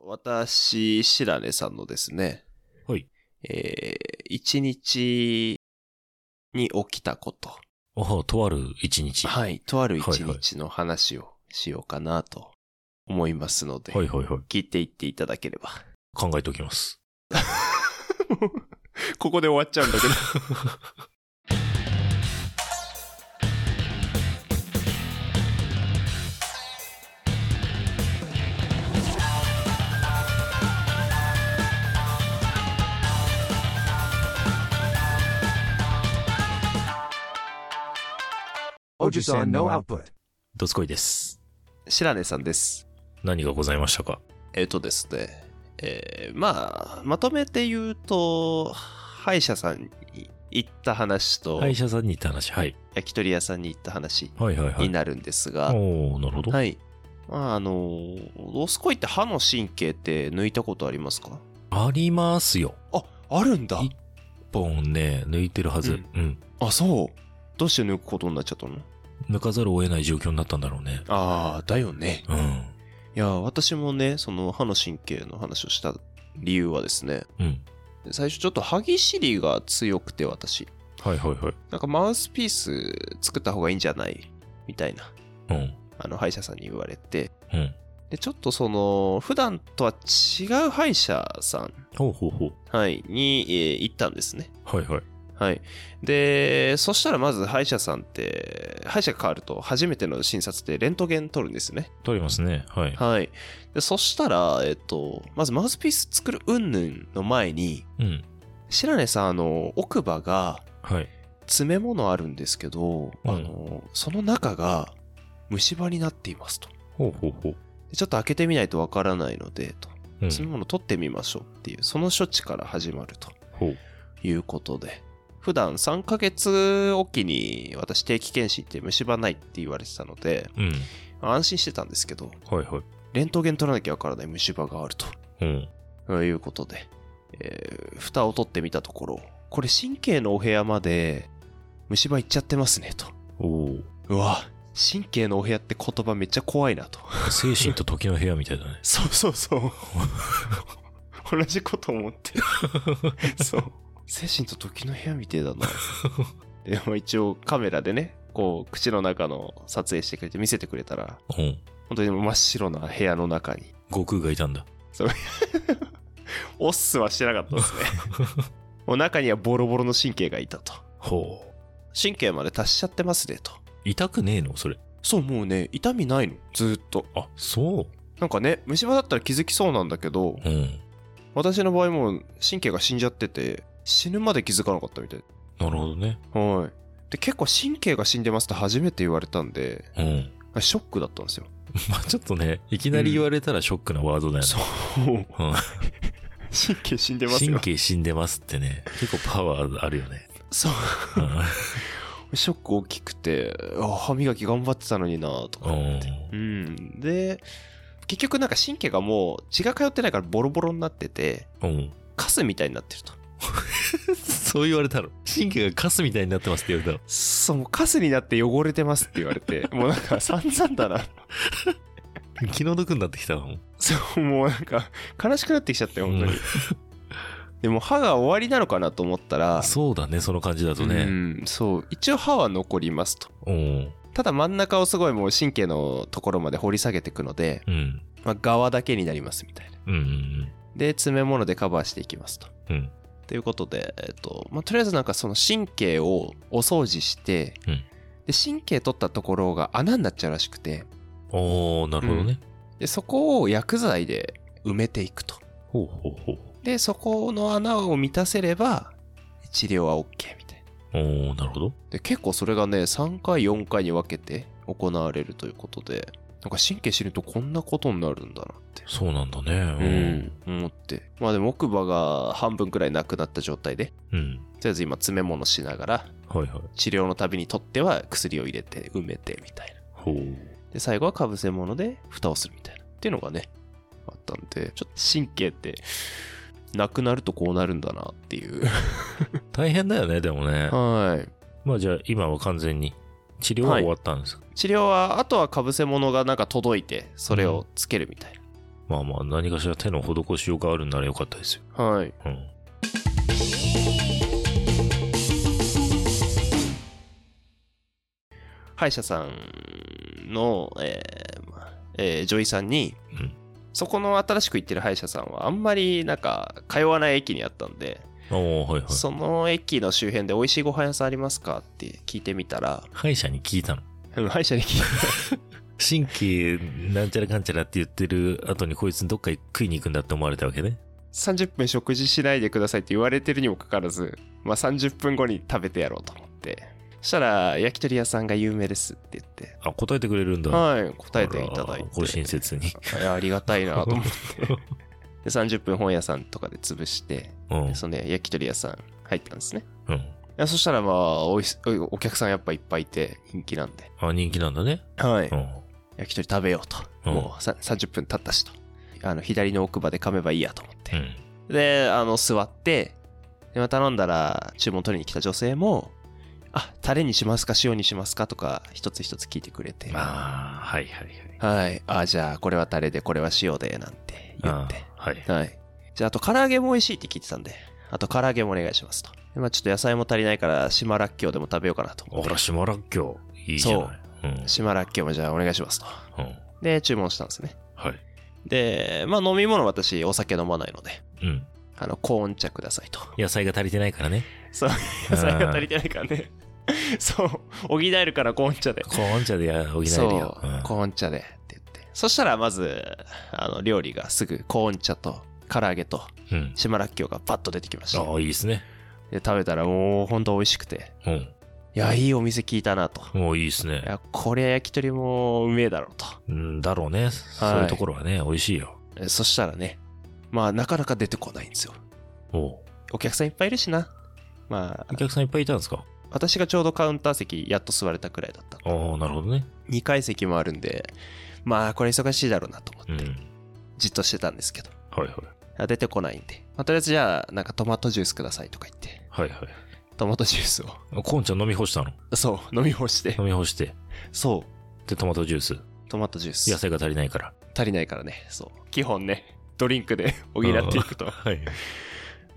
私、白根さんのですね、はい。えー、一日に起きたこと。おうとある一日。ははい。とある一日の話をしようかなと思いますので、いはいはい。聞いていっていただければ。考えておきます。ここで終わっちゃうんだけど。 Ojisan no output. どつこいです。白根さんです。何がございましたかえっ、とですね、えー、まあ、まとめて言うと、歯医者さんに行った話と、歯医者さんに行った話。はい。焼き鳥屋さんに行った話はいはいはにい。なるんですが、おおなるほど。はい。まあ、あの、ロスコイって歯の神経って抜いたことありますかありますよ。あ、あるんだい本ね、抜いてるはず。ううんん。あ、そう。どうして抜くことになっちゃったの抜かざるを得ない状況になったんだろうね。ああ、だよね。うん。いや、私もね、その歯の神経の話をした理由はですね、うん。最初ちょっと歯ぎしりが強くて私、はいはいはい。なんかマウスピース作った方がいいんじゃないみたいな、うん。あの歯医者さんに言われて、うん。で、ちょっとその、普段とは違う歯医者さん、ほうほうほう。はい、に、えー行ったんですね。はいはい。はい。で、そしたらまず歯医者さんって、歯医者が変わると初めての診察でレントゲン取るんですね。取りますね。はい。はい。で、そしたら、えっと、まずマウスピース作る云々の前に、うん。白根さん、あの、奥歯がはい。詰め物あるんですけど、うんあの、その中が虫歯になっていますと。ほうほうほう。でちょっと開けてみないとわからないので、と。うん。詰め物取ってみましょうっていう、その処置から始まると。ほう。いうことで。普段3ヶ月おきに私定期検診って虫歯ないって言われてたので、うん。安心してたんですけど、はいはい。レントゲン取らなきゃわからない虫歯があるうん。ということで、えー蓋を取ってみたところ、これ神経のお部屋まで虫歯行っちゃってますねと。お お。うわ、神経のお部屋って言葉めっちゃ怖いなと。。精神と時の部屋みたいだねそうそうそう。同じこと思ってる。そう。精神と時の部屋みてえだな。でも一応カメラでね、こう、口の中の撮影してくれて見せてくれたら、うん。本当に真っ白な部屋の中に、悟空がいたんだ。オッスはしてなかったですね。もう中にはボロボロの神経がいたと。ほ神経まで達しちゃってますねと。う。痛くねえのそれ。そう、もうね、痛みないの。ずーっと。あ、そなんかね、虫歯だったら気づきそうなんだけど、う。うん。私の場合もう神経が死んじゃってて、死ぬまで気づかなかったみたい。なるほどね。はい。で、結構神経が死んでますって初めて言われたんで、うん。 ショックだったんですよ。まあちょっとね、いきなり言われたらショックなワードだよね。 神うん経死んで神経死んでますってね、結構パワーあるよね。そう。うんショック大きくて、あ歯磨き頑張ってたのになとかう思んって。うん。で、結局なんか神経がもう血が通ってないからボロボロになってて、うん。 カスみたいになってると。そう言われたの。神経がカスみたいになってますって言われたの。そう、もうカスになって汚れてますって言われ て、もうなんか散々だな。気の毒になってきたの。そう、もうなんか悲しくなってきちゃったよ、本当にうん。でも歯が終わりなのかなと思ったら、そうだね、その感じだとうね。ん、そう一応歯は残りますとうん。ただ真ん中をすごいもう神経のところまで掘り下げていくので、うん。まあ、側だけになりますみたいなうん。うんで詰め物でカバーしていきますとうん。ということで、えっとまあ、とりあえずなんかその神経をお掃除して、うんで神経取ったところが穴になっちゃうらしくてうん。おー、なるほどね。でそこを薬剤で埋めていくとほうほうほう。でそこの穴を満たせれば治療は OK みたいなおー、なるほど。で結構それがね3回4回に分けて行われるということでなんか神経知るとこんなことになるんだなってそうなんだね。うん思ってまあでも奥歯が半分くらいなくなった状態でうん。うん。とりあえず今詰め物しながらはいはい。治療のたびに取っては薬を入れて埋めてみたいなほう。で最後はかぶせ物で蓋をするみたいなっていうのがねあったんでちょっと神経ってなくなるとこうなるんだなっていう大変だよね、でもね。はいまあじゃあ今は完全に治療は終わったんですか、治療はあとはかぶせ物がなんか届いてそれをつけるみたいなままあまあ、何かしら手の施しようがあるんならよかったですよ。はい。うん。歯医者さんの、えーまあえー女医さんに、うんそこの新しく行ってる歯医者さんはあんまりなんか通わない駅にあったんで、ああ、はいはい。その駅の周辺で美味しいご飯屋さんありますかって聞いてみたら、歯医者に聞いたの。うん歯医者に聞い神経なんちゃらかんちゃらって言ってる後にこいつどっか食いに行くんだって思われたわけね。 30分食事しないでくださいって言われてるにもかかわらず、まあ、30分後に食べてやろうと思ってそしたら焼き鳥屋さんが有名ですって言って、あ、答えてくれるんだ。はい答えていただいあらごて親切 に。いやありがたいなと思ってで30分本屋さんとかで潰してうん。でそのね焼き鳥屋さん入ったんですねうん。いやそしたらまあおいしおお客さんやっぱいっぱいいて人気なんで、あ、人気なんだね。はいうん。焼き鳥食べようと、うんもうさ30分経ったしとあの左の奥歯で噛めばいいやと思ってう、ん。で、あの、座って、で、まあ頼んだら、注文取りに来た女性も、あ、タレにしますか、塩にしますかとか、一つ一つ聞いてくれて、まあ、はいはいはい。はい、あ、じゃあ、これはタレで、これは塩で、なんて言って、あはい。はい。じゃあ、あと、唐揚げも美味しいって聞いてたんで、あと、唐揚げもお願いしますと。でまあ、ちょっと野菜も足りないから、島らっきょうでも食べようかなと思っあてら、、島らっきょう。いいじゃない。うん。島らっきょうもじゃあ、お願いしますと。うん。で、注文したんですね。はい。で、まあ、飲み物、私、お酒飲まないので、うん。あの、コーン茶くださいと。野菜が足りてないからね。そう、野菜が足りてないからね。 そう、補えるからコーン茶で。コーン茶でや補えるそよ。う、コーン茶でって言って。そしたらまず、あの、料理がすぐコーン茶と唐揚げとうん。うん。島らっきょうがパッと出てきました。ああ、いいですね。で、食べたらもうほんと美味しくて。うん。いや、いいお店聞いたなと。もういいですねい。や、こりゃ焼き鳥もうめえだろうとうん、だろうね。そういうところはね、美味しいよ。。えそしたらね、まあなかなか出てこないんですよ。おうお客さんいっぱいいるしな。まあお、客さんいっぱいいたんですか私がちょうどカウンター席やっと座れたくらいだったんでああ、なるほどね。 2階席もあるんでまあこれ忙しいだろうなと思うん。ってじっとしてたんですけど、はいはい。あ出てこないんで、まあ、とりあえずじゃあなんかトマトジュースくださいとか言ってはいはい。トマトジュースを コーンちゃん飲み干したのそう飲み干して飲み干して。そで、トマトジュース。うトマトジュース野菜が足りないから。足りないからねそう基本ねドリンクで補っていくとはい。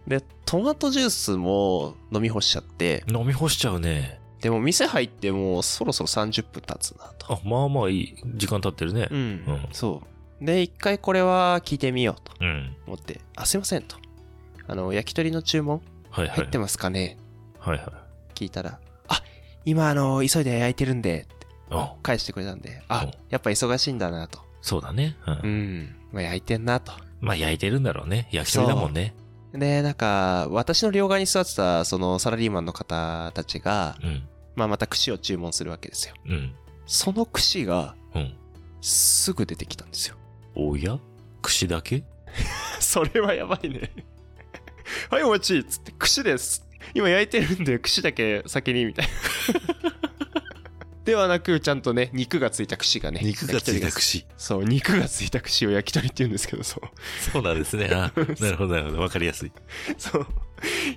でトマトジュースも飲み干しちゃって飲み干しちゃうね。でも店入ってもうそろそろ30分経つなとあ、まあまあいい。時間経ってるねう。ん、うんそうで一回これは聞いてみようとうん。思って「あすいません」と「あの焼き鳥の注文はいは入いって。ますかね?はいはい。」聞いたら「あ今あの急いで焼いてるんで」ってあ、返してくれたんで「うんあやっぱ忙しいんだな」とそうだね。う。「うんん、まあ、焼いてんな」と。まあ焼いてるんだろうね。焼き鳥だもんね。でなんか私の両側に座ってたそのサラリーマンの方たちが、うん。まあ、また串を注文するわけですようん。その串がうん。すぐ出てきたんですよおや串だけ それはやばいね はいお待ちっつって串です今焼いてるんで串だけ先にみたいな ではなくちゃんとね肉がついた串がね焼き鳥串。そう肉がついた串を焼き鳥って言うんですけどそうそうなんですね。 あ、なるほどなるほど。わかりやすい。 そう。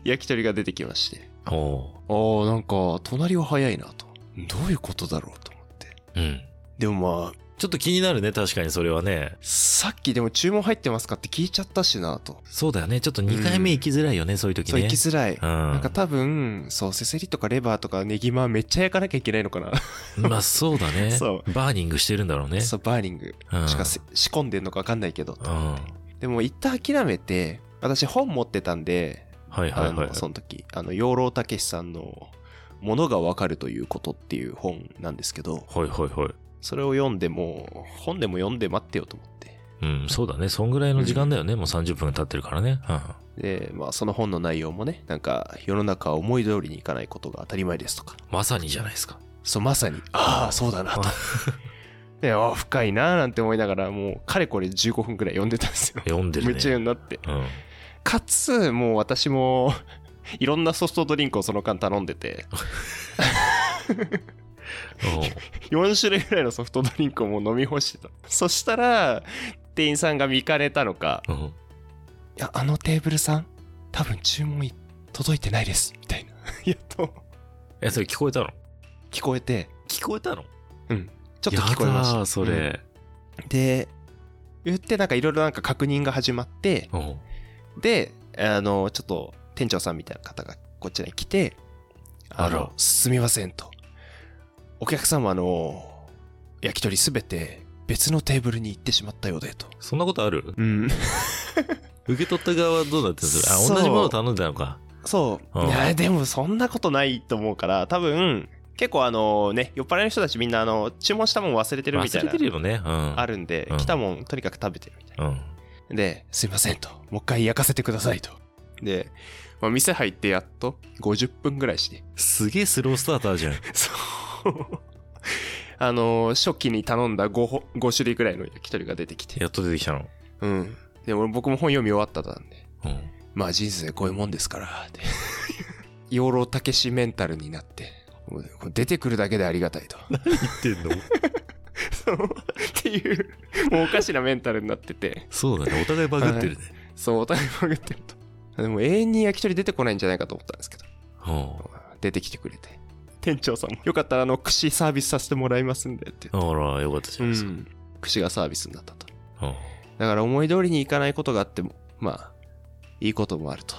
焼き鳥が出てきまして。おおああ、なんか、隣は早いなと。どういうことだろうと思って。う。うん。でもまあ、ちょっと気になるね。確かにそれはね。さっきでも注文入ってますかって聞いちゃったしなと。そうだよね。ちょっと2回目行きづらいよね、そういう時ね。そう、行きづらい。うん。なんか多分、そう、せせりとかレバーとかネギマめっちゃ焼かなきゃいけないのかな。まあそうだね。そバーニングしてるんだろう ね。そう、バーニング。うんしかせ仕込んでんのかわかんないけど。うん。はいでも一旦諦めて、私本持ってたんで、はいあはい。の、その時、あの、養老たけしさんの、ものがわかるということっていう本なんですけど、はいはいはい。それを読んでもう本でも読んで待ってよと思ってうん、そうだね。そんぐらいの時間だよね。もう30分経ってるからね。うん。でまあその本の内容もねなんか世の中は思い通りにいかないことが当たり前ですとかまさにじゃないですか。そうまさにああそうだなとあ でああ深いなーなんて思いながらもうかれこれ15分くらい読んでたんですよ読んでるね。夢中になってうん。かつもう私も いろんなソフトドリンクをその間頼んでて4種類ぐらいのソフトドリンクをもう飲み干してたそしたら店員さんが見かねたのかおううん。いや、あのテーブルさん、多分注文い届いてないです、みたいな。 やっと、え、それ聞こえたの聞こえて、聞こえたちのょっと聞こえましやだた。ーそれ。うんで、言ってなんかいろいろなんか確認が始まっておうであのちょっと店長さんみたいな方がこちらに来て「あのあらすみません」と「お客様の焼き鳥すべて別のテーブルに行ってしまったようで」と。そんなことあるうん、受け取った側はどうなってるんですかあ、そう同じものを頼んだのか。そううんいやでもそんなことないと思うから多分結構あのね酔っ払いの人たちみんなあの注文したもん忘れてるみたい忘れなてるよね。うん。ある。るんで、うん来たもんとにかく食べてるみたいうん。なで「すいません」と「もう一回焼かせてください」とで、まあ、店入ってやっと50分ぐらいしてすげえスロースターターじゃん。 そうあの初期に頼んだ 5, 5種類ぐらいの焼き鳥が出てきてやっと出てきたの。うんで俺僕も本読み終わったんで うん。まあ人生こういうもんですからって 養老たけしメンタルになってもうこれ出てくるだけでありがたいと 言ってんのそうっていうもうおかしなメンタルになっててそうだね。お互いバグってるね。そうお互いバグってるとでも永遠に焼き鳥出てこないんじゃないかと思ったんですけど出てきてくれて店長さんもよかったらあの串サービスさせてもらいますんでってうん。あら、よかったじゃうないですか。ん串がサービスになったとうん。だから思い通りにいかないことがあってもまあいいこともあると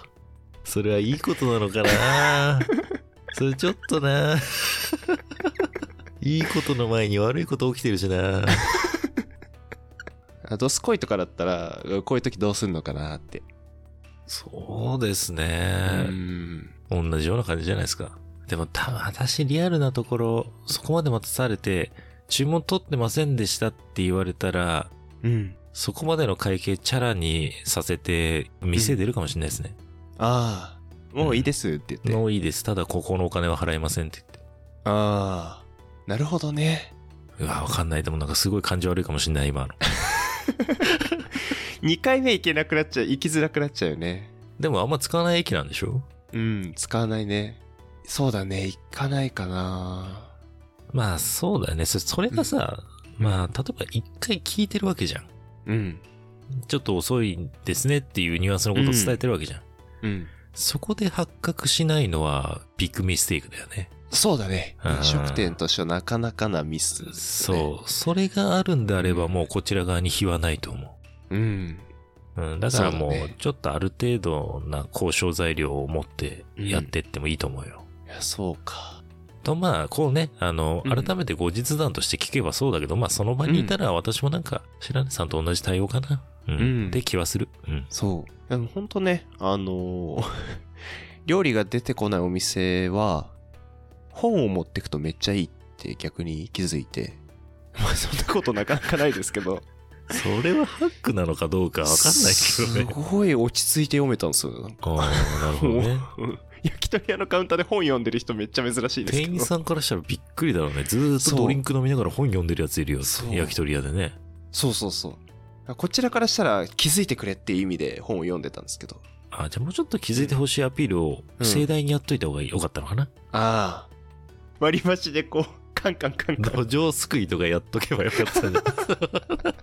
それはいいことなの かなそれちょっとないいことの前に悪いこと起きてるしなあドスコイとかだったらこういう時どうすんのかなってそうですうね。ん同じような感じじゃないですか。でもた、私リアルなところ、そこまで待たされて、注文取ってませんでしたって言われたら、うんそこまでの会計チャラにさせて、店出るかもしれないですね。ああもういいですって言って、もういいです。ただここのお金は払いませんって言っああなるほどねて。うわ、わかんない。でもなんかすごい感じ悪いかもしれない、今の。 2回目行けなくなっちゃう行きづらくなっちゃうよねでもあんま使わない駅なんでしょうん使わないねそうだね行かないかなまあそうだよね。そそれがさ、うんまあ例えば一回聞いてるわけじゃん。うんちょっと遅いですねっていうニュアンスのことを伝えてるわけじゃん。うんそこで発覚しないのはビッグミステイクだよね。そうだねうん飲食店としてはなかなかなミス、そう。それがあるんであればもうこちら側に非はないと思ううんう。うん。だかそらうだもうねちょっとある程度な交渉材料を持ってやってってもいいと思うよ。いやそうかとまあこうね、あの、うん改めて後日談として聞けばそうだけど、まあその場にいたら私もなんか白根さんと同じ対応かな。うん。うんって気はする。うん。そう。でも本当ね、あのー 料理が出てこないお店は、本を持ってくとめっちゃいいって逆に気づいて。 まあそんなことなかなかないです けど。それはハックなのかどうかわかんないけどねす。ごい落ち着いて読めたんですよ。なんか ああ、なるほどね。うん 焼き鳥屋のカウンターで本読んでる人めっちゃ珍しいですけ店ど。員さんからしたらびっくりだろうね。ずーっとドリンク飲みながら本読んでるやついるよそ。う焼き鳥屋でね。そうそうそう。こちらからしたら気づいてくれっていう意味で本を読んでたんですけど。あじゃあもうちょっと気づいてほしいアピールをうん盛大にやっといた方がよかったのかな。ああ。割り箸でこう、カンカンカンカン土壌すくいとかやっとけばよかったんじ ゃ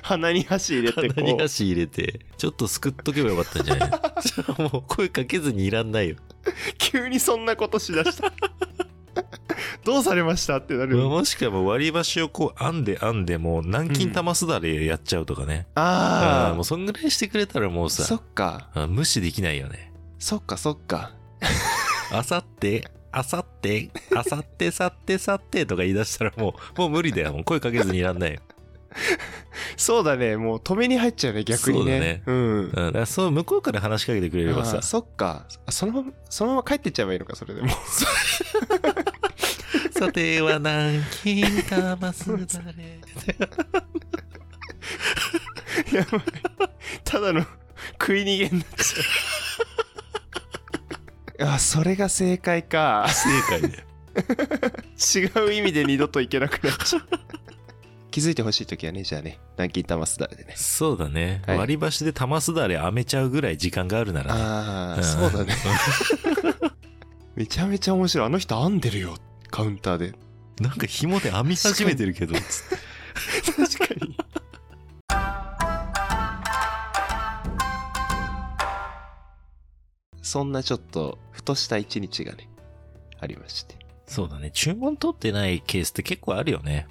鼻に箸入れてないこう。鼻に足入れて、ちょっとすくっとけばよかったんじゃないのじゃあ もう声かけずにいらんないよ。急にそんなことしだした。 どうされましたってなる。もしくはもう割り箸をこう編んで編んでもう軟禁玉すだれやっちゃうとかね。あああ、もうそんぐらいしてくれたらもうそさっ、か、あ無視できないよね。そっか、そっか。あさって、あさって、あさって、さって、さってとか言い出したらもう、もう無理だよ。もう声かけずにいらんないよ。そうだね、もう止めに入っちゃうね、逆にね。うん。うん、だからそう、向こうから話しかけてくれればあさー、そっかあそのままそのまま帰ってっちゃえばいいのかそれでもさては南京玉すだれ。やばいただの食い逃げになっちゃうあそれが正解か正解だよ。違う意味で二度といけなくなっち ゃう気づいてほしい時はねじゃあね南京玉すだれでねそうだね。はい割り箸で玉すだれ編めちゃうぐらい時間があるならね。あうあんそうだね。めちゃめちゃ面白いあの人編んでるよカウンターで なんか紐で編み始めてるけど、つって確かにそんなちょっとふとした一日がねありましてそうだね。注文取ってないケースって結構あるよね。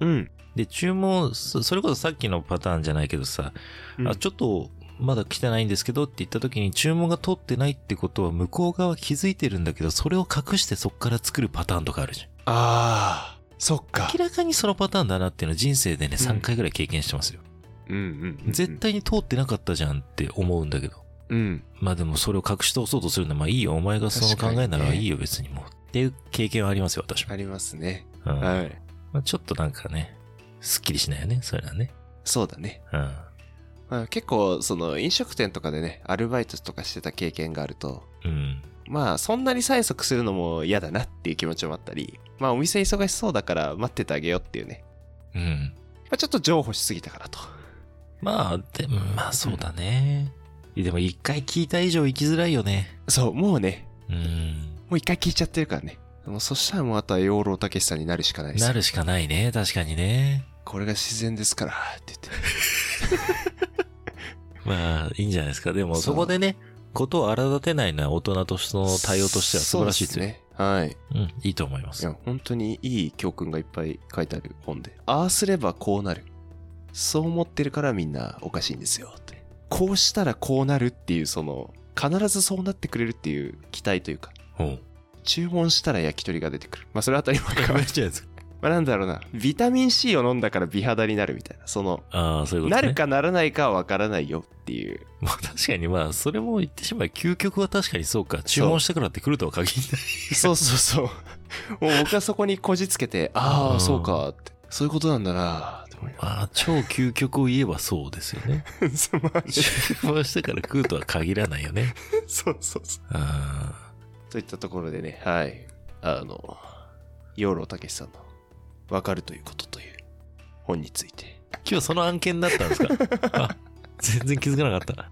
うんで、注文、そそれこそさっきのパターンじゃないけどさ、うんあ、ちょっと、まだ来てないんですけどって言った時に注文が取ってないってことは向こう側気づいてるんだけど、それを隠してそっから作るパターンとかあるじゃん。あー、そっか。明らかにそのパターンだなっていうのは人生でね、うん3回ぐらい経験してますよ。うんうんうん。絶。対に通ってなかったじゃんって思うんだけど。うん。まあでもそれを隠し通そうとするのはまあいいよ。お前がその考え確かならにねいいよ、別にもう。っていう経験はありますよ、私も。ありますね。うんまはい。あ、ちょっとなんかね、すっきりしないよね、それはね。そうだね。うん。まあ、結構、その、飲食店とかでね、アルバイトとかしてた経験があると、うん。まあ、そんなに催促するのも嫌だなっていう気持ちもあったり、まあ、お店忙しそうだから待っててあげようっていうね。うん。まあ、ちょっと譲歩しすぎたかなと。まあ、でも、まあそうだね。でも一回聞いた以上生きづらいよね。そう、もうね、うん。もう一回聞いちゃってるからね。もうそしたらもうあとは養老たけしさんになるしかないです。なるしかないね、確かにね。これが自然ですから、って言って。まあ、いいんじゃないですか。でも、そうそこでね、ことを荒立てないのは大人としての対応としては素晴らしいですそうよ。ね。はい。いうん、いいと思います。や、本当にいい教訓がいっぱい書いてある本で。ああすればこうなる。そう思ってるからみんなおかしいんですよ。ってこうしたらこうなるっていう、その、必ずそうなってくれるっていう期待というか、お う。注文したら焼き鳥が出てくる。まあ、それは当たり 前か。まじゃないですか。あ、なんだろうな。ビタミン C を飲んだから美肌になるみたいな。その、ああ、そういうことなね。る。かならないかはわからないよっていう。まあ確かにまあ、それも言ってしまえば、究極は確かにそうか。注文してからって来るとは限らない。 そうそうそう。もう僕はそこにこじつけて、ああ、そうかって。そういうことなんだなって思いま まあ、超究極を言えばそうですよね。す。まあね 注文してから食うとは限らないよね。 そうそうそあう。といったところでね、はい。あの、養老たけしさんの、わかるということという本について。あ。今日その案件だったんですかあ、全然気づかなかった。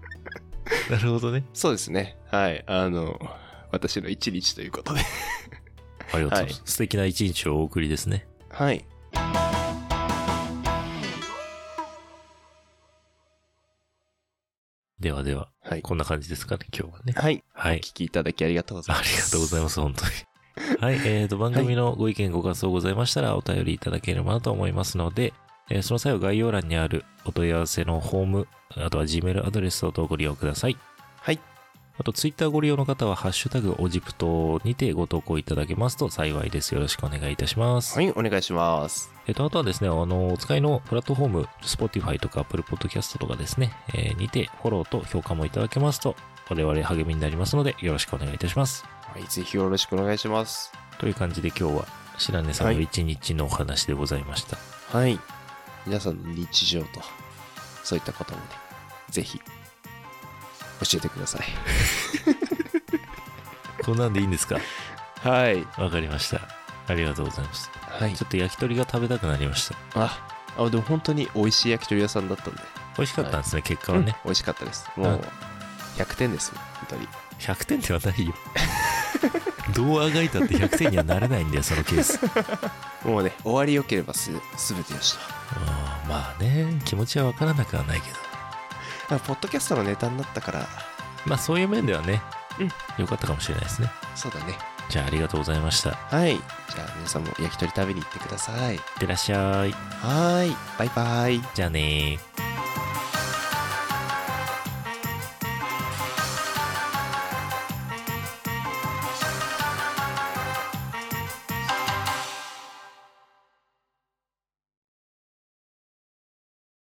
なるほどね。そうですね。はい。あの、私の一日ということで。ありがとうございます。素敵な一日をお送りですね。はい。ではでは、はい。こんな感じですかね、今日はね。はい。はおい。聞きいただきありがとうございあます。りがとうございます、本当に。はい、えー、と、番組のご意見、ご感想ございましたら、お便りいただければなと思いますので、えーその際は概要欄にあるお問い合わせのホーム、あとは Gmail アドレスをとご利用ください。はい。あと、Twitter ご利用の方は、ハッシュタグ、オジプトにてご投稿いただけますと幸いです。よろしくお願いいたします。はい、お願いします。えっと、あとはですね、あの、お使いのプラットフォーム、Spotify とか Apple Podcast とかですね、えーにて、フォローと評価もいただけますと、我々励みになりますので、よろしくお願いいたします。はい、ぜひよろしくお願いします。という感じで今日は白根さんの一日のお話でございました。はい。皆さんの日常と、そういったこともね、ぜひ、教えてください。こんなんでいいんですかはい。わかりました。ありがとうございます。はいち。ょっと焼き鳥が食べたくなりました。あ、あでも本当に美味しい焼き鳥屋さんだったんで、美味しかったんですね、結果はね。美味しかったです。も、はいう100点です。本当に。 100点ではないよ。 どうあがいたって100点にはなれないんだよ、そのケース。もうね、終わり良ければす、すべてよしうんまあね、気持ちはわからなくはないけど。と。あポッドキャストのネタになったから、まあそういう面ではね、うん良かったかもしれないですね。そうだね。じゃあありがとうございました。いはい。じゃあ皆さんも焼き鳥食べに行ってください。ってらっしゃい。はーい。バイバイ。じゃあねー。